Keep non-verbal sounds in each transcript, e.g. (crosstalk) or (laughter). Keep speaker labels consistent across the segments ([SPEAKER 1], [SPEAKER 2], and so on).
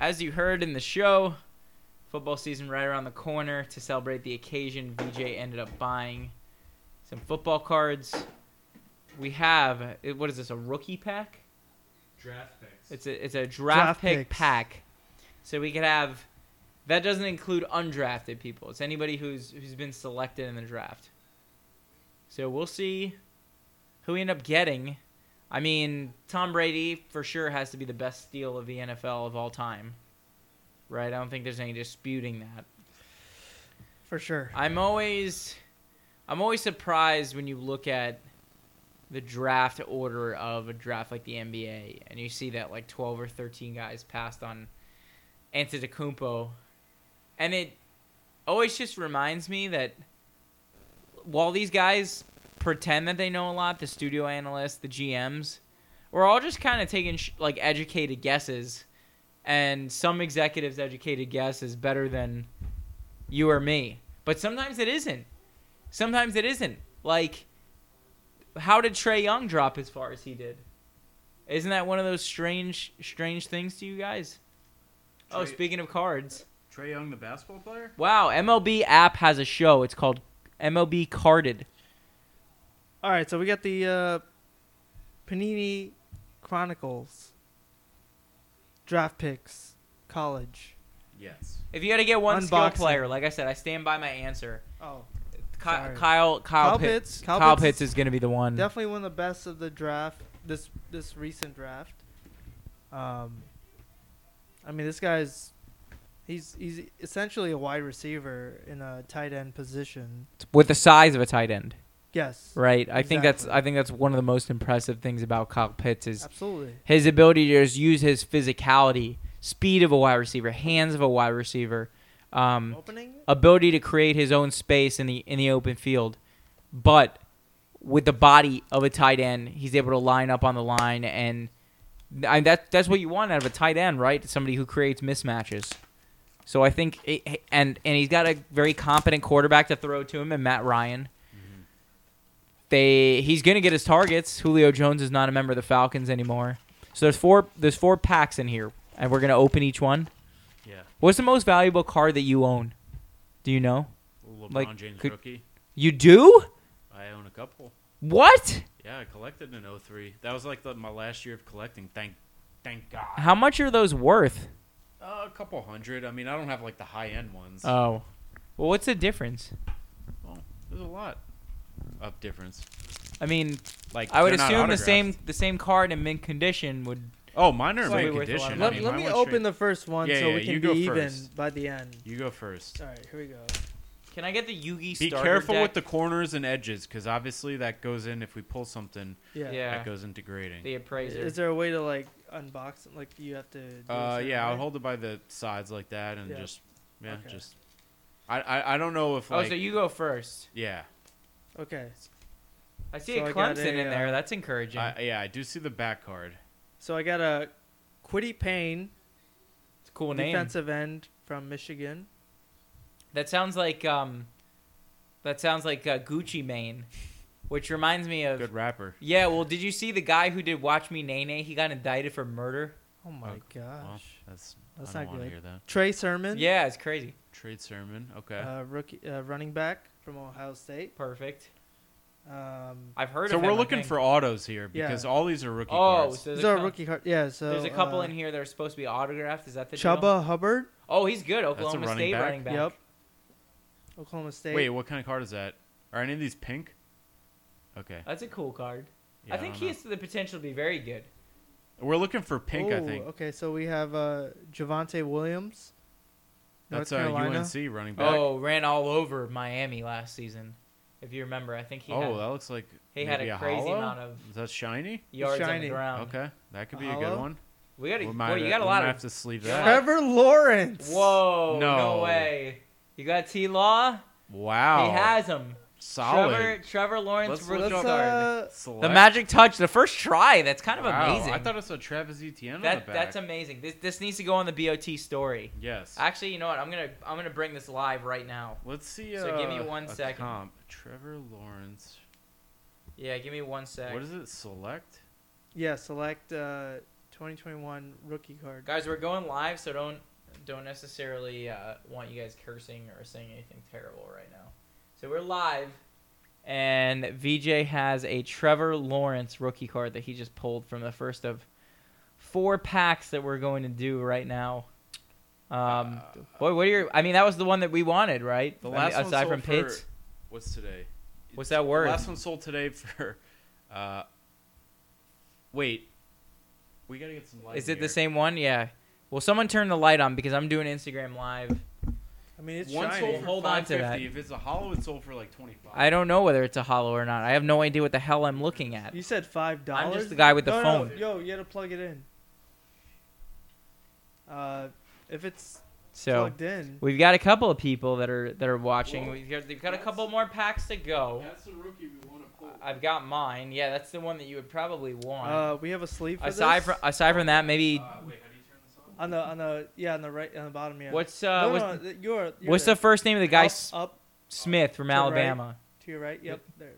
[SPEAKER 1] as you heard in the show, football season right around the corner. To celebrate the occasion, VJ ended up buying some football cards. We have eh, what is this? A rookie pack?
[SPEAKER 2] Draft picks.
[SPEAKER 1] It's a it's a draft,
[SPEAKER 3] Draft
[SPEAKER 1] pick
[SPEAKER 3] picks.
[SPEAKER 1] pack. So we could have. That doesn't include undrafted people. It's anybody who's who's been selected in the draft. So we'll see who we end up getting. I mean, Tom Brady for sure has to be the best steal of the NFL of all time. Right? I don't think there's any disputing that.
[SPEAKER 3] for sure.
[SPEAKER 1] I'm always I'm always surprised when you look at the draft order of a draft like the NBA and you see that like 12 or 13 guys passed on Antetokounmpo and it always just reminds me that while these guys pretend that they know a lot the studio analysts the GMs we're all just kind of taking sh- like educated guesses and some executives educated guess is better than you or me. But sometimes it isn't. Sometimes it isn't. Like, how did Trey Young drop as far as he did? Isn't that one of those strange, strange things to you guys? oh,
[SPEAKER 2] Trey-
[SPEAKER 1] speaking of cards,
[SPEAKER 2] Trey Young, the basketball player.
[SPEAKER 1] wow! MLB app has a show. It's called MLB Carded.
[SPEAKER 3] All right, so we got the uh, Panini Chronicles draft picks college.
[SPEAKER 2] Yes.
[SPEAKER 1] If you had to get one skill
[SPEAKER 3] Unboxing.
[SPEAKER 1] player, like I said, I stand by my answer.
[SPEAKER 3] Oh,
[SPEAKER 1] Ki- Kyle,
[SPEAKER 3] Sorry.
[SPEAKER 1] Kyle,
[SPEAKER 3] Kyle
[SPEAKER 1] Pitts.
[SPEAKER 3] Pitts. Kyle
[SPEAKER 1] Kyle
[SPEAKER 3] Pitts
[SPEAKER 1] Pitts
[SPEAKER 3] is
[SPEAKER 1] is going to be the one.
[SPEAKER 3] definitely one of the best of the draft. This this recent draft. Um, I mean, this guy's he's he's essentially a wide receiver in a tight end position.
[SPEAKER 1] with the size of a tight end.
[SPEAKER 3] Yes,
[SPEAKER 1] Right. I think that's
[SPEAKER 3] Exactly.
[SPEAKER 1] I think that's one of the most impressive things about Kyle Pitts is
[SPEAKER 3] absolutely.
[SPEAKER 1] his ability to just use his physicality, speed of a wide receiver, hands of a wide receiver,
[SPEAKER 2] Mm-hmm.
[SPEAKER 1] um,
[SPEAKER 3] Opening.
[SPEAKER 1] ability to create his own space in the in the open field, but with the body of a tight end, he's able to line up on the line, and I, that that's what you want out of a tight end, right? Somebody who creates mismatches. So I think, it, and and he's got a very competent quarterback to throw to him, and Matt Ryan. They he's gonna get his targets. Julio Jones is not a member of the Falcons anymore. So there's four there's four packs in here, and we're gonna open each one.
[SPEAKER 2] Yeah.
[SPEAKER 1] What's the most valuable card that you own? Do you know?
[SPEAKER 2] LeBron
[SPEAKER 1] Like,
[SPEAKER 2] James
[SPEAKER 1] could-
[SPEAKER 2] rookie.
[SPEAKER 1] You do?
[SPEAKER 2] I own a couple.
[SPEAKER 1] What?
[SPEAKER 2] Yeah, I collected in 03. That was like the, my last year of collecting. Thank, thank God.
[SPEAKER 1] How much are those worth?
[SPEAKER 2] Uh, a couple hundred. I mean, I don't have like the high end ones.
[SPEAKER 1] Oh. Well, what's the difference?
[SPEAKER 2] Well, there's a lot of difference.
[SPEAKER 1] I mean,
[SPEAKER 2] Like
[SPEAKER 1] I would
[SPEAKER 2] they're not
[SPEAKER 1] assume the
[SPEAKER 2] autographed.
[SPEAKER 1] same the same card in mint condition would.
[SPEAKER 2] Oh, mine are in
[SPEAKER 1] So
[SPEAKER 2] mint
[SPEAKER 1] we worth a lot of
[SPEAKER 2] condition.
[SPEAKER 1] money.
[SPEAKER 2] I
[SPEAKER 3] Let,
[SPEAKER 2] mean,
[SPEAKER 3] let
[SPEAKER 2] mine
[SPEAKER 3] me
[SPEAKER 2] went
[SPEAKER 3] open
[SPEAKER 2] straight-
[SPEAKER 3] the first one
[SPEAKER 2] Yeah,
[SPEAKER 3] so
[SPEAKER 2] yeah,
[SPEAKER 3] we
[SPEAKER 2] you
[SPEAKER 3] can
[SPEAKER 2] go
[SPEAKER 3] be even
[SPEAKER 2] first.
[SPEAKER 3] by the end.
[SPEAKER 2] You go first.
[SPEAKER 3] All right, here we go.
[SPEAKER 1] Can I get the Yugi
[SPEAKER 2] Be
[SPEAKER 1] starter
[SPEAKER 2] careful
[SPEAKER 1] deck?
[SPEAKER 2] with the corners and edges, because obviously that goes in. If we pull something,
[SPEAKER 3] Yeah.
[SPEAKER 1] Yeah.
[SPEAKER 2] that goes into grading.
[SPEAKER 1] the appraiser?
[SPEAKER 3] Is there a way to like unbox it? Like you have to. do a
[SPEAKER 2] Uh,
[SPEAKER 3] certain
[SPEAKER 2] yeah, I'll
[SPEAKER 3] way?
[SPEAKER 2] hold it by the sides like that, and
[SPEAKER 3] Yeah.
[SPEAKER 2] just yeah,
[SPEAKER 3] Okay.
[SPEAKER 2] just. I, I I don't know if
[SPEAKER 1] oh,
[SPEAKER 2] like
[SPEAKER 1] so you go first.
[SPEAKER 2] yeah
[SPEAKER 3] Okay,
[SPEAKER 1] I see
[SPEAKER 3] So
[SPEAKER 1] a
[SPEAKER 3] I got
[SPEAKER 1] Clemson
[SPEAKER 3] a,
[SPEAKER 1] in there.
[SPEAKER 3] uh,
[SPEAKER 1] That's encouraging.
[SPEAKER 2] I, yeah I do see the back card.
[SPEAKER 3] so I got a Quiddy Payne
[SPEAKER 1] it's a cool name.
[SPEAKER 3] defensive end from Michigan.
[SPEAKER 1] That sounds like um, that sounds like uh, Gucci Mane, which reminds me of.
[SPEAKER 2] Good rapper.
[SPEAKER 1] Yeah, well, did you see the guy who did Watch Me Nene? He got indicted for murder.
[SPEAKER 3] Oh my
[SPEAKER 2] Oh,
[SPEAKER 3] gosh.
[SPEAKER 2] Well, that's,
[SPEAKER 3] That's
[SPEAKER 2] I
[SPEAKER 3] not
[SPEAKER 2] don't want to
[SPEAKER 3] good.
[SPEAKER 2] hear that.
[SPEAKER 3] Trey Sermon,
[SPEAKER 1] Yeah, it's crazy.
[SPEAKER 2] Trade sermon. Okay.
[SPEAKER 3] uh, rookie uh, running back from Ohio State.
[SPEAKER 1] Perfect.
[SPEAKER 3] Um,
[SPEAKER 1] I've heard
[SPEAKER 2] so
[SPEAKER 1] of
[SPEAKER 2] we're
[SPEAKER 1] him, I
[SPEAKER 2] looking
[SPEAKER 1] think.
[SPEAKER 2] for autos here
[SPEAKER 3] Yeah.
[SPEAKER 2] because all these are rookie
[SPEAKER 1] Oh,
[SPEAKER 2] cards.
[SPEAKER 1] so there's
[SPEAKER 3] these
[SPEAKER 1] a
[SPEAKER 3] are
[SPEAKER 1] cou-
[SPEAKER 3] rookie card. Yeah, so
[SPEAKER 1] There's a couple
[SPEAKER 3] uh,
[SPEAKER 1] in here that are supposed to be autographed. Is that the deal?
[SPEAKER 3] Chuba Hubbard.
[SPEAKER 1] Oh, he's good. Oklahoma
[SPEAKER 2] running
[SPEAKER 1] State
[SPEAKER 2] back?
[SPEAKER 1] running back.
[SPEAKER 3] Yep. Oklahoma State.
[SPEAKER 2] Wait, what kind of card is that? Are any of these pink? Okay.
[SPEAKER 1] That's a cool card.
[SPEAKER 2] Yeah,
[SPEAKER 1] I think
[SPEAKER 2] don't
[SPEAKER 1] he
[SPEAKER 2] know.
[SPEAKER 1] has the potential to be very good.
[SPEAKER 2] We're looking for pink. I
[SPEAKER 3] Oh,
[SPEAKER 2] think
[SPEAKER 3] Okay, so we have uh, Javante Williams.
[SPEAKER 2] that's
[SPEAKER 3] North
[SPEAKER 2] a
[SPEAKER 3] Carolina.
[SPEAKER 2] UNC running back.
[SPEAKER 1] Oh, ran all over Miami last season. If you remember, I think he
[SPEAKER 2] Oh,
[SPEAKER 1] had,
[SPEAKER 2] that looks like
[SPEAKER 1] he had
[SPEAKER 2] maybe
[SPEAKER 1] a crazy
[SPEAKER 2] hollow?
[SPEAKER 1] amount of
[SPEAKER 2] Is that shiny?
[SPEAKER 1] yards on the
[SPEAKER 3] shiny.
[SPEAKER 1] ground.
[SPEAKER 2] Okay, that could be a good
[SPEAKER 3] hollow?
[SPEAKER 2] one.
[SPEAKER 1] We got
[SPEAKER 2] We
[SPEAKER 1] a,
[SPEAKER 2] might
[SPEAKER 1] well, you got a
[SPEAKER 2] we
[SPEAKER 1] lot
[SPEAKER 2] might
[SPEAKER 1] of
[SPEAKER 2] have to sleeve
[SPEAKER 1] Yeah.
[SPEAKER 2] that.
[SPEAKER 3] Trevor
[SPEAKER 1] (laughs)
[SPEAKER 3] Lawrence.
[SPEAKER 1] Whoa, no.
[SPEAKER 2] No.
[SPEAKER 1] way. You got T Law?
[SPEAKER 2] Wow,
[SPEAKER 1] He has him.
[SPEAKER 2] solid.
[SPEAKER 1] Trevor Trevor Lawrence
[SPEAKER 2] Let's-
[SPEAKER 1] rookie
[SPEAKER 3] Let's,
[SPEAKER 1] card.
[SPEAKER 3] uh,
[SPEAKER 2] Select.
[SPEAKER 1] the magic touch, the first try. That's kind of
[SPEAKER 2] Wow,
[SPEAKER 1] amazing.
[SPEAKER 2] I thought it was a Travis Etienne on
[SPEAKER 1] that,
[SPEAKER 2] the back.
[SPEAKER 1] that's amazing. This this needs to go on the BOT story.
[SPEAKER 2] yes.
[SPEAKER 1] Actually, you know what? I'm gonna I'm gonna bring this live right now.
[SPEAKER 2] Let's see. Uh,
[SPEAKER 1] So give me one
[SPEAKER 2] a
[SPEAKER 1] second.
[SPEAKER 2] Comp. Trevor Lawrence.
[SPEAKER 1] Yeah, give me one sec.
[SPEAKER 2] What is it? Select.
[SPEAKER 3] Yeah, select uh, 2021 rookie card.
[SPEAKER 1] Guys, we're going live, so don't don't necessarily uh, want you guys cursing or saying anything terrible right now. So we're live, and VJ has a Trevor Lawrence rookie card that he just pulled from the first of four packs that we're going to do right now. Um,
[SPEAKER 2] Uh,
[SPEAKER 1] boy, what are your? I mean, that was the one that we wanted, right?
[SPEAKER 2] The
[SPEAKER 1] I mean,
[SPEAKER 2] last one
[SPEAKER 1] aside
[SPEAKER 2] sold
[SPEAKER 1] from
[SPEAKER 2] for-
[SPEAKER 1] Pitts,
[SPEAKER 2] What's today?
[SPEAKER 1] What's
[SPEAKER 2] It's-
[SPEAKER 1] that word?
[SPEAKER 2] The last one sold today for. Uh, wait. We gotta get some light.
[SPEAKER 1] is
[SPEAKER 2] in
[SPEAKER 1] it the
[SPEAKER 2] here.
[SPEAKER 1] same one? Yeah. Well, someone turn the light on because I'm doing Instagram live.
[SPEAKER 3] I mean, it's
[SPEAKER 2] one
[SPEAKER 3] shiny.
[SPEAKER 2] sold for
[SPEAKER 1] Hold on to
[SPEAKER 2] 550.
[SPEAKER 1] that.
[SPEAKER 2] If it's a hollow, it sold for like 25.
[SPEAKER 1] I don't know whether it's a hollow or not. I have no idea what the hell I'm looking at.
[SPEAKER 3] You said five dollars.
[SPEAKER 1] the guy with the
[SPEAKER 3] no, No,
[SPEAKER 1] phone.
[SPEAKER 3] yo, you had to plug it in. Uh, if it's
[SPEAKER 1] So
[SPEAKER 3] plugged in,
[SPEAKER 1] we've got a couple of people that are that are watching.
[SPEAKER 2] Whoa.
[SPEAKER 1] We've got, we've got a
[SPEAKER 2] That's-
[SPEAKER 1] couple more packs to go.
[SPEAKER 2] That's the rookie we want to pull.
[SPEAKER 1] I've got mine. Yeah, that's the one that you would probably want.
[SPEAKER 3] uh, we have a sleeve. For
[SPEAKER 1] aside
[SPEAKER 3] this?
[SPEAKER 1] from aside from that, maybe
[SPEAKER 2] Uh, wait, how do you turn this on?
[SPEAKER 3] on the on the yeah on the right on the bottom yeah.
[SPEAKER 1] what's uh
[SPEAKER 3] no,
[SPEAKER 1] what's,
[SPEAKER 3] no, th- you're, you're
[SPEAKER 1] what's
[SPEAKER 3] there.
[SPEAKER 1] the first name of the guy
[SPEAKER 3] up,
[SPEAKER 1] S-
[SPEAKER 3] up
[SPEAKER 1] Smith from
[SPEAKER 3] to right.
[SPEAKER 1] Alabama,
[SPEAKER 3] to your right? Yep, there.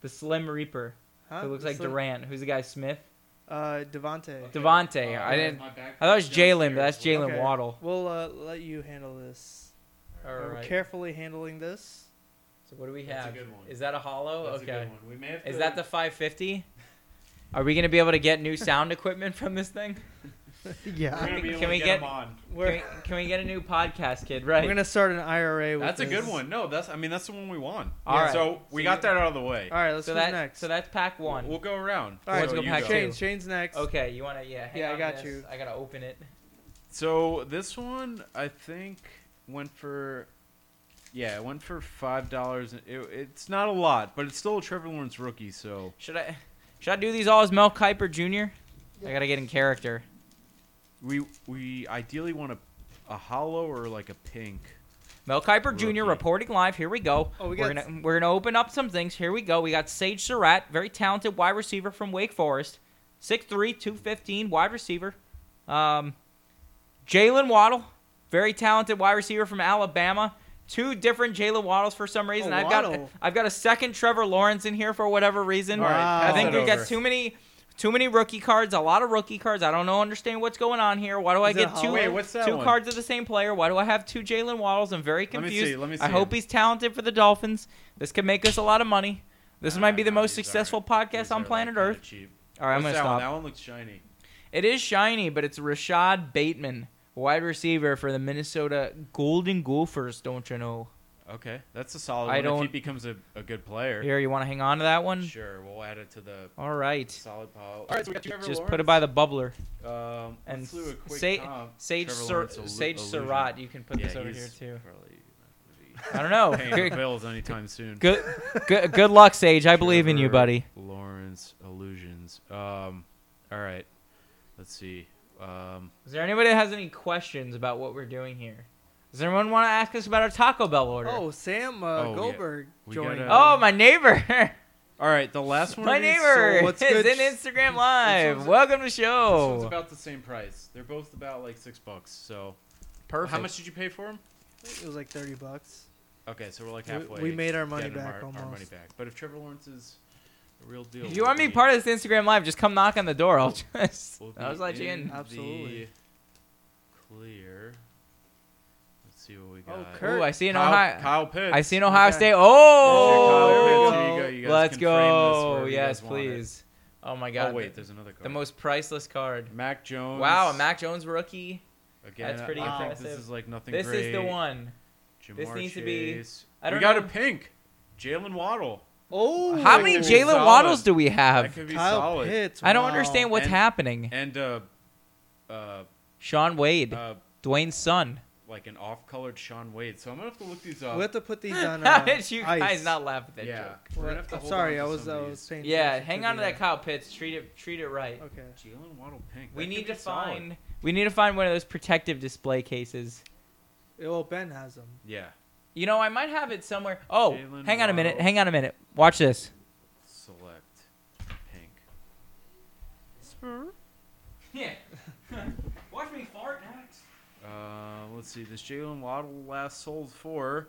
[SPEAKER 1] the Slim Reaper
[SPEAKER 3] Huh?
[SPEAKER 1] who looks
[SPEAKER 3] The
[SPEAKER 1] like
[SPEAKER 3] sleeve?
[SPEAKER 1] Durant. Who's the guy Smith?
[SPEAKER 3] Uh, Devonte.
[SPEAKER 2] Okay.
[SPEAKER 1] Devontae.
[SPEAKER 2] Uh,
[SPEAKER 1] I didn't.
[SPEAKER 2] my back
[SPEAKER 1] I thought it was Jalen,
[SPEAKER 2] downstairs.
[SPEAKER 1] but that's Jalen
[SPEAKER 3] Okay.
[SPEAKER 1] Waddle.
[SPEAKER 3] We'll uh, let you handle this.
[SPEAKER 1] All
[SPEAKER 3] We're
[SPEAKER 1] right.
[SPEAKER 3] carefully handling this.
[SPEAKER 1] So what do we
[SPEAKER 2] That's a
[SPEAKER 1] have?
[SPEAKER 2] good one.
[SPEAKER 1] Is that a hollow?
[SPEAKER 2] That's a
[SPEAKER 1] okay.
[SPEAKER 2] good one. We may have
[SPEAKER 1] Is
[SPEAKER 2] to-
[SPEAKER 1] that the 550? (laughs) Are we gonna be able to get new sound equipment from this thing?
[SPEAKER 2] We're
[SPEAKER 3] yeah.
[SPEAKER 1] I
[SPEAKER 2] gonna
[SPEAKER 1] think-
[SPEAKER 2] be able
[SPEAKER 1] can
[SPEAKER 2] to
[SPEAKER 1] we
[SPEAKER 2] get,
[SPEAKER 1] get-
[SPEAKER 2] him on.
[SPEAKER 1] Can we,
[SPEAKER 3] We're,
[SPEAKER 1] can we get a new podcast kid?
[SPEAKER 3] we're
[SPEAKER 1] Right.
[SPEAKER 3] gonna start an IRA. With
[SPEAKER 2] That's a good
[SPEAKER 3] this.
[SPEAKER 2] one. No, that's. I mean, that's the one we won.
[SPEAKER 1] All right.
[SPEAKER 2] So we
[SPEAKER 1] So
[SPEAKER 2] got
[SPEAKER 1] you-
[SPEAKER 2] that out of the way.
[SPEAKER 3] All right, let's
[SPEAKER 1] so
[SPEAKER 3] move
[SPEAKER 1] that
[SPEAKER 3] next.
[SPEAKER 1] so that's pack one.
[SPEAKER 2] We'll go around.
[SPEAKER 3] All right,
[SPEAKER 1] let's
[SPEAKER 2] So
[SPEAKER 1] go
[SPEAKER 2] you
[SPEAKER 1] pack two.
[SPEAKER 3] Shane's, Shane's next.
[SPEAKER 1] okay, you wanna yeah? Hang
[SPEAKER 3] Yeah, I
[SPEAKER 1] on to
[SPEAKER 3] got
[SPEAKER 1] this.
[SPEAKER 3] you.
[SPEAKER 1] I gotta open it.
[SPEAKER 2] So this one, I think, went for, yeah, it went for five dollars. It, it's not a lot, but it's still a Trevor Lawrence rookie. So
[SPEAKER 1] Should I should I do these all as Mel Kiper Jr.? I gotta get in character.
[SPEAKER 2] we we ideally want a, a hollow or like a pink.
[SPEAKER 1] Mel Kiper
[SPEAKER 2] Rookie.
[SPEAKER 1] Jr. reporting live. Here we go.
[SPEAKER 3] Oh, we
[SPEAKER 1] are
[SPEAKER 3] got-
[SPEAKER 1] gonna we're gonna open up some things. Here we go. We got Sage Surratt, very talented wide receiver from Wake Forest, 6'3", 215, wide receiver. Um, Jalen Waddle, very talented wide receiver from Alabama. Two different Jalen Waddles for some reason.
[SPEAKER 3] Oh,
[SPEAKER 1] I've got
[SPEAKER 3] Waddle.
[SPEAKER 1] I've got a second Trevor Lawrence in here for whatever reason.
[SPEAKER 3] All right, Wow.
[SPEAKER 1] I
[SPEAKER 3] pass
[SPEAKER 1] think
[SPEAKER 3] that
[SPEAKER 1] we've
[SPEAKER 2] over.
[SPEAKER 1] got too many too many rookie cards. A lot of rookie cards. I don't know understand what's going on here. Why do I
[SPEAKER 3] Is it
[SPEAKER 1] get two
[SPEAKER 3] hollow? Wait,
[SPEAKER 2] what's that
[SPEAKER 1] two
[SPEAKER 2] one? Ah,
[SPEAKER 1] cards of the same player? Why do I have two Jalen Waddles? I'm very
[SPEAKER 2] Let me
[SPEAKER 1] confused.
[SPEAKER 2] see, let me
[SPEAKER 1] I
[SPEAKER 2] see
[SPEAKER 1] hope
[SPEAKER 2] him.
[SPEAKER 1] he's talented for the Dolphins. This could make us a lot of money. This
[SPEAKER 2] Nah,
[SPEAKER 1] might be the
[SPEAKER 2] nah,
[SPEAKER 1] most
[SPEAKER 2] these
[SPEAKER 1] successful
[SPEAKER 2] aren't-
[SPEAKER 1] podcast
[SPEAKER 2] these
[SPEAKER 1] on
[SPEAKER 2] are,
[SPEAKER 1] planet
[SPEAKER 2] like, kinda
[SPEAKER 1] Earth.
[SPEAKER 2] cheap.
[SPEAKER 1] All right, I'm
[SPEAKER 2] What's
[SPEAKER 1] gonna
[SPEAKER 2] that one?
[SPEAKER 1] stop.
[SPEAKER 2] That one looks shiny.
[SPEAKER 1] It is shiny, but it's Rashad Bateman, wide receiver for the Minnesota Golden Gophers. Don't you know?
[SPEAKER 2] Okay, that's a solid.
[SPEAKER 1] I
[SPEAKER 2] one. If
[SPEAKER 1] don't-
[SPEAKER 2] he becomes a, a good player,
[SPEAKER 1] Here, you want to hang on to that one?
[SPEAKER 2] sure, we'll add it to the
[SPEAKER 1] All right.
[SPEAKER 2] solid pile. All right, so we got Trevor
[SPEAKER 1] Just put it by the bubbler.
[SPEAKER 2] the um,
[SPEAKER 1] And
[SPEAKER 2] let's do a quick
[SPEAKER 1] Sa-
[SPEAKER 2] comp.
[SPEAKER 1] Sage
[SPEAKER 2] Trevor
[SPEAKER 1] Sur-
[SPEAKER 2] Lawrence, illu-
[SPEAKER 1] Sage
[SPEAKER 2] illusion.
[SPEAKER 1] Surratt, you can put
[SPEAKER 2] Yeah,
[SPEAKER 1] this over here
[SPEAKER 2] he's
[SPEAKER 1] too.
[SPEAKER 2] probably not gonna be-
[SPEAKER 1] I don't know. (laughs)
[SPEAKER 2] paying the
[SPEAKER 1] good,
[SPEAKER 2] bills anytime soon.
[SPEAKER 1] good, good, good luck, Sage. I believe in you,
[SPEAKER 2] Trevor
[SPEAKER 1] buddy.
[SPEAKER 2] Lawrence illusions. Um, all right, let's see. Um,
[SPEAKER 1] Is there anybody that has any questions about what we're doing here? Does anyone want to ask us about our Taco Bell order?
[SPEAKER 3] Oh, Sam uh,
[SPEAKER 2] Oh, yeah.
[SPEAKER 3] Goldberg
[SPEAKER 2] We
[SPEAKER 3] joined.
[SPEAKER 2] gotta-
[SPEAKER 1] Oh, my neighbor!
[SPEAKER 2] all right,
[SPEAKER 1] (laughs)
[SPEAKER 2] the last one.
[SPEAKER 1] my
[SPEAKER 2] of these
[SPEAKER 1] neighbor
[SPEAKER 3] so what's
[SPEAKER 1] is
[SPEAKER 3] good-
[SPEAKER 1] in Instagram Live.
[SPEAKER 2] one's-
[SPEAKER 1] Welcome to the
[SPEAKER 2] sold- this one's
[SPEAKER 1] show.
[SPEAKER 2] about the same price. They're both about like six bucks. So
[SPEAKER 1] Perfect.
[SPEAKER 2] How much did you pay for them?
[SPEAKER 3] It was like thirty bucks.
[SPEAKER 2] Okay, so we're like
[SPEAKER 3] We-
[SPEAKER 2] halfway.
[SPEAKER 3] we made our money
[SPEAKER 2] getting
[SPEAKER 3] back
[SPEAKER 2] our, Our
[SPEAKER 3] almost.
[SPEAKER 2] money back. But if Trevor Lawrence is the real deal,
[SPEAKER 1] If you
[SPEAKER 2] we'll
[SPEAKER 1] want to be
[SPEAKER 2] be-
[SPEAKER 1] part of this Instagram Live, just come knock on the door. I'll (laughs) just,
[SPEAKER 2] we'll be
[SPEAKER 1] I'll just let you in.
[SPEAKER 3] in. Absolutely.
[SPEAKER 2] the Clear. Let's see what we got.
[SPEAKER 3] Oh, Kurt.
[SPEAKER 1] Ooh, I see an
[SPEAKER 2] Kyle,
[SPEAKER 1] Ohio.
[SPEAKER 2] Kyle Pitts.
[SPEAKER 1] I see an Ohio
[SPEAKER 3] Okay.
[SPEAKER 1] State.
[SPEAKER 2] Kyle
[SPEAKER 1] Oh,
[SPEAKER 2] Pitts. Here you go. You guys
[SPEAKER 1] let's
[SPEAKER 2] can frame this
[SPEAKER 1] go.
[SPEAKER 2] wherever you
[SPEAKER 1] Yes,
[SPEAKER 2] guys want it.
[SPEAKER 1] please. Oh my God.
[SPEAKER 2] Oh wait, there's another card.
[SPEAKER 1] the most priceless card.
[SPEAKER 2] Mac Jones.
[SPEAKER 1] Wow, a Mac Jones rookie.
[SPEAKER 2] Again,
[SPEAKER 1] that's pretty
[SPEAKER 2] I think This
[SPEAKER 1] impressive.
[SPEAKER 2] is like nothing.
[SPEAKER 1] This
[SPEAKER 2] great.
[SPEAKER 1] is the one.
[SPEAKER 2] Jamar
[SPEAKER 1] This needs to be-
[SPEAKER 2] Chase.
[SPEAKER 1] I don't
[SPEAKER 2] we got
[SPEAKER 1] know.
[SPEAKER 2] a pink. Jalen Waddle.
[SPEAKER 3] Oh,
[SPEAKER 1] How many
[SPEAKER 2] Ooh.
[SPEAKER 1] Jalen
[SPEAKER 2] Solid.
[SPEAKER 1] Waddles do we
[SPEAKER 2] That
[SPEAKER 1] have?
[SPEAKER 2] could be
[SPEAKER 3] Kyle
[SPEAKER 2] solid.
[SPEAKER 3] Pitts?
[SPEAKER 1] I don't
[SPEAKER 3] wow.
[SPEAKER 1] understand what's
[SPEAKER 2] And-
[SPEAKER 1] happening.
[SPEAKER 2] And uh, uh,
[SPEAKER 1] Sean Wade,
[SPEAKER 2] uh,
[SPEAKER 1] Dwayne's son.
[SPEAKER 2] like an off-colored Sean Wade. So I'm gonna have to look these up.
[SPEAKER 3] We have
[SPEAKER 1] (laughs)
[SPEAKER 3] to put these on. Uh,
[SPEAKER 1] How did you
[SPEAKER 3] ice.
[SPEAKER 1] guys not laugh at that
[SPEAKER 2] yeah.
[SPEAKER 1] joke?
[SPEAKER 2] We're
[SPEAKER 3] Well,
[SPEAKER 2] gonna have to
[SPEAKER 3] I'm
[SPEAKER 2] hold
[SPEAKER 3] sorry, I
[SPEAKER 2] on to
[SPEAKER 3] was
[SPEAKER 2] some
[SPEAKER 3] I
[SPEAKER 2] of
[SPEAKER 3] was paying.
[SPEAKER 1] Yeah,
[SPEAKER 3] attention
[SPEAKER 1] hang on to
[SPEAKER 3] the,
[SPEAKER 1] that Kyle Pitts. Treat it treat it right.
[SPEAKER 3] uh, Okay.
[SPEAKER 2] these. Jalen Waddle pink.
[SPEAKER 1] We
[SPEAKER 2] That
[SPEAKER 1] need
[SPEAKER 2] could
[SPEAKER 1] to
[SPEAKER 2] be solid.
[SPEAKER 1] find we need to find one of those protective display cases.
[SPEAKER 3] Yeah, Well, Ben has them.
[SPEAKER 2] Yeah.
[SPEAKER 1] You know, I might have it somewhere. Oh,
[SPEAKER 2] Jalen
[SPEAKER 1] hang on a minute.
[SPEAKER 2] Waddle.
[SPEAKER 1] Hang on a minute. Watch this.
[SPEAKER 2] (laughs) Select pink. (laughs)
[SPEAKER 1] Yeah. Watch me fart next.
[SPEAKER 2] Uh, let's see. This Jalen Waddle last sold for.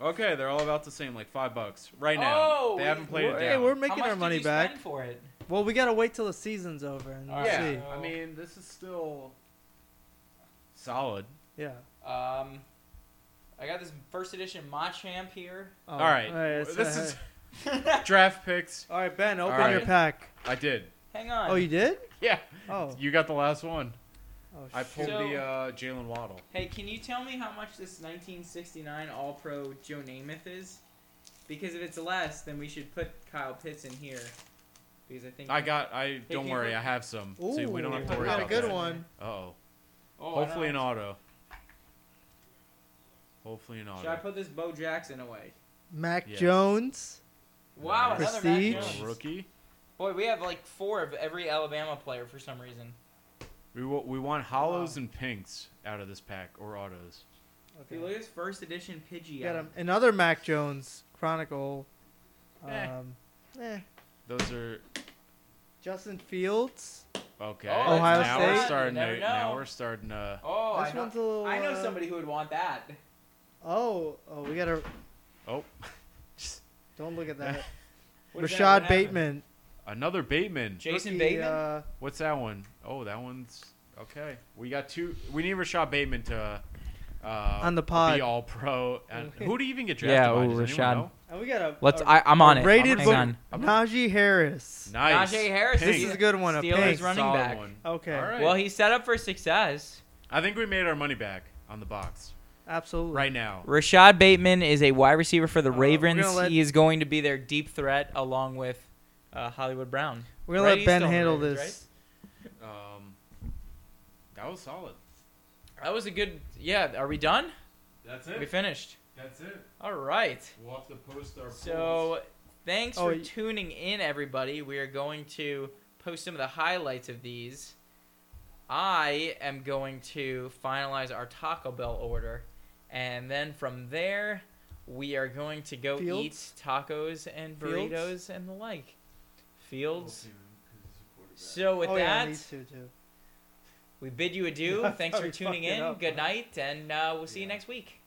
[SPEAKER 2] Okay, they're all about the same, like five bucks right now.
[SPEAKER 1] Oh,
[SPEAKER 2] they
[SPEAKER 1] we-
[SPEAKER 2] haven't played it
[SPEAKER 3] Hey,
[SPEAKER 2] down.
[SPEAKER 3] we're making our money back.
[SPEAKER 1] for it?
[SPEAKER 3] Well, we gotta wait till the season's over and
[SPEAKER 1] All right.
[SPEAKER 3] see.
[SPEAKER 2] yeah,
[SPEAKER 1] Yeah.
[SPEAKER 2] I mean this is still solid.
[SPEAKER 3] Yeah.
[SPEAKER 1] Um, I got this first edition Machamp here.
[SPEAKER 3] (laughs) Oh,
[SPEAKER 2] All right,
[SPEAKER 3] it's-
[SPEAKER 2] this is
[SPEAKER 1] Hang
[SPEAKER 2] draft picks.
[SPEAKER 3] all right, Ben. Open
[SPEAKER 2] All
[SPEAKER 3] your
[SPEAKER 2] right.
[SPEAKER 3] pack.
[SPEAKER 2] I did.
[SPEAKER 1] on.
[SPEAKER 3] Oh, you did?
[SPEAKER 2] (laughs) Yeah,
[SPEAKER 3] Oh.
[SPEAKER 2] you got the last one.
[SPEAKER 3] oh
[SPEAKER 2] I
[SPEAKER 3] shit.
[SPEAKER 2] pulled
[SPEAKER 1] So-
[SPEAKER 2] the uh, Jalen Waddle.
[SPEAKER 1] Hey, can you tell me how much this 1969 All Pro Joe Namath is? Because if it's less, then we should put Kyle Pitts in here. Because I think
[SPEAKER 2] I got. I don't
[SPEAKER 1] can
[SPEAKER 2] worry.
[SPEAKER 1] you-
[SPEAKER 2] I have some.
[SPEAKER 3] Ooh,
[SPEAKER 2] See, we don't have to
[SPEAKER 3] I
[SPEAKER 2] worry
[SPEAKER 3] got
[SPEAKER 2] about
[SPEAKER 3] a good
[SPEAKER 2] that.
[SPEAKER 3] one.
[SPEAKER 2] Oh,
[SPEAKER 1] Oh, I
[SPEAKER 2] hopefully
[SPEAKER 1] don't
[SPEAKER 2] an
[SPEAKER 1] know.
[SPEAKER 2] auto. Hopefully an auto.
[SPEAKER 1] Should I put this Bo Jackson away?
[SPEAKER 3] Mac
[SPEAKER 2] Yes.
[SPEAKER 3] Jones.
[SPEAKER 1] Wow,
[SPEAKER 2] Nice.
[SPEAKER 1] another Mac
[SPEAKER 3] Prestige?
[SPEAKER 1] Jones.
[SPEAKER 2] A rookie.
[SPEAKER 1] Boy, we have like four of every Alabama player for some reason.
[SPEAKER 2] We wa- we want hollows and pinks out of this pack or autos.
[SPEAKER 1] Dude, look at this first edition Pidgey.
[SPEAKER 3] Got
[SPEAKER 1] out.
[SPEAKER 3] him. Another Mac Jones Chronicle.
[SPEAKER 2] Eh.
[SPEAKER 3] Um, eh.
[SPEAKER 2] Those are
[SPEAKER 3] Justin Fields.
[SPEAKER 2] okay.
[SPEAKER 1] Oh,
[SPEAKER 3] Ohio
[SPEAKER 2] now
[SPEAKER 3] State?
[SPEAKER 2] We're starting
[SPEAKER 1] You never
[SPEAKER 2] to, now
[SPEAKER 1] know.
[SPEAKER 2] we're starting to.
[SPEAKER 1] Oh, I
[SPEAKER 3] This
[SPEAKER 1] know,
[SPEAKER 3] one's a little,
[SPEAKER 1] I know
[SPEAKER 3] uh,
[SPEAKER 1] somebody who would want that.
[SPEAKER 3] Oh, oh, we gotta.
[SPEAKER 2] Oh, (laughs)
[SPEAKER 3] Don't look at that.
[SPEAKER 1] (laughs) What is that? What
[SPEAKER 3] Rashad
[SPEAKER 1] happened?
[SPEAKER 3] Bateman.
[SPEAKER 2] another Bateman.
[SPEAKER 1] Jason
[SPEAKER 3] Rookie,
[SPEAKER 1] Bateman.
[SPEAKER 3] Uh,
[SPEAKER 2] What's that one? Oh, that one's okay. We got two. We need Rashad Bateman to uh,
[SPEAKER 3] On the pod.
[SPEAKER 2] be all pro. And who do you even get drafted
[SPEAKER 1] Yeah,
[SPEAKER 2] by?
[SPEAKER 1] ooh,
[SPEAKER 2] Does anyone
[SPEAKER 1] Rashad.
[SPEAKER 2] know?
[SPEAKER 3] and we got a.
[SPEAKER 1] Let's.
[SPEAKER 3] a
[SPEAKER 1] I, I'm on it.
[SPEAKER 3] Rated
[SPEAKER 1] Hang
[SPEAKER 3] vote.
[SPEAKER 1] on.
[SPEAKER 3] Najee Harris.
[SPEAKER 2] Nice.
[SPEAKER 1] Najee Harris
[SPEAKER 2] Pink.
[SPEAKER 3] This is a good one. A
[SPEAKER 1] Steelers
[SPEAKER 3] pink.
[SPEAKER 1] running
[SPEAKER 2] Solid
[SPEAKER 1] back.
[SPEAKER 2] one.
[SPEAKER 3] Okay.
[SPEAKER 2] All right.
[SPEAKER 1] Well, he's set up for success.
[SPEAKER 2] I think we made our money back on the box
[SPEAKER 3] Absolutely.
[SPEAKER 2] right now.
[SPEAKER 1] Rashad Bateman is a wide receiver for the
[SPEAKER 3] Uh, we're
[SPEAKER 1] Ravens.
[SPEAKER 3] gonna let-
[SPEAKER 1] He is going to be their deep threat along with uh, Hollywood Brown.
[SPEAKER 3] We're gonna
[SPEAKER 1] Right,
[SPEAKER 3] let
[SPEAKER 1] he's
[SPEAKER 3] Ben
[SPEAKER 1] still on the
[SPEAKER 3] handle
[SPEAKER 1] Ravens,
[SPEAKER 3] this.
[SPEAKER 2] Um, that was solid.
[SPEAKER 1] That was a good. Yeah, are we done?
[SPEAKER 2] That's
[SPEAKER 1] We finished.
[SPEAKER 2] That's it.
[SPEAKER 1] All right.
[SPEAKER 2] We'll have to post our
[SPEAKER 1] So, thanks
[SPEAKER 3] Oh,
[SPEAKER 1] for
[SPEAKER 3] y-
[SPEAKER 1] tuning in, everybody. We are going to post some of the highlights of these. I am going to finalize our Taco Bell order, and then from there, we are going to go
[SPEAKER 3] Fields?
[SPEAKER 1] eat tacos and
[SPEAKER 3] Fields?
[SPEAKER 1] burritos and the like. Fields. So with
[SPEAKER 3] oh yeah,
[SPEAKER 1] that,
[SPEAKER 3] these two too.
[SPEAKER 1] we bid you adieu.
[SPEAKER 3] That's
[SPEAKER 1] Thanks
[SPEAKER 3] how
[SPEAKER 1] for
[SPEAKER 3] we (laughs)
[SPEAKER 1] tuning
[SPEAKER 3] fuck it
[SPEAKER 1] in.
[SPEAKER 3] up,
[SPEAKER 1] Good
[SPEAKER 3] huh?
[SPEAKER 1] night, and uh, we'll see you
[SPEAKER 2] Yeah.
[SPEAKER 1] next week.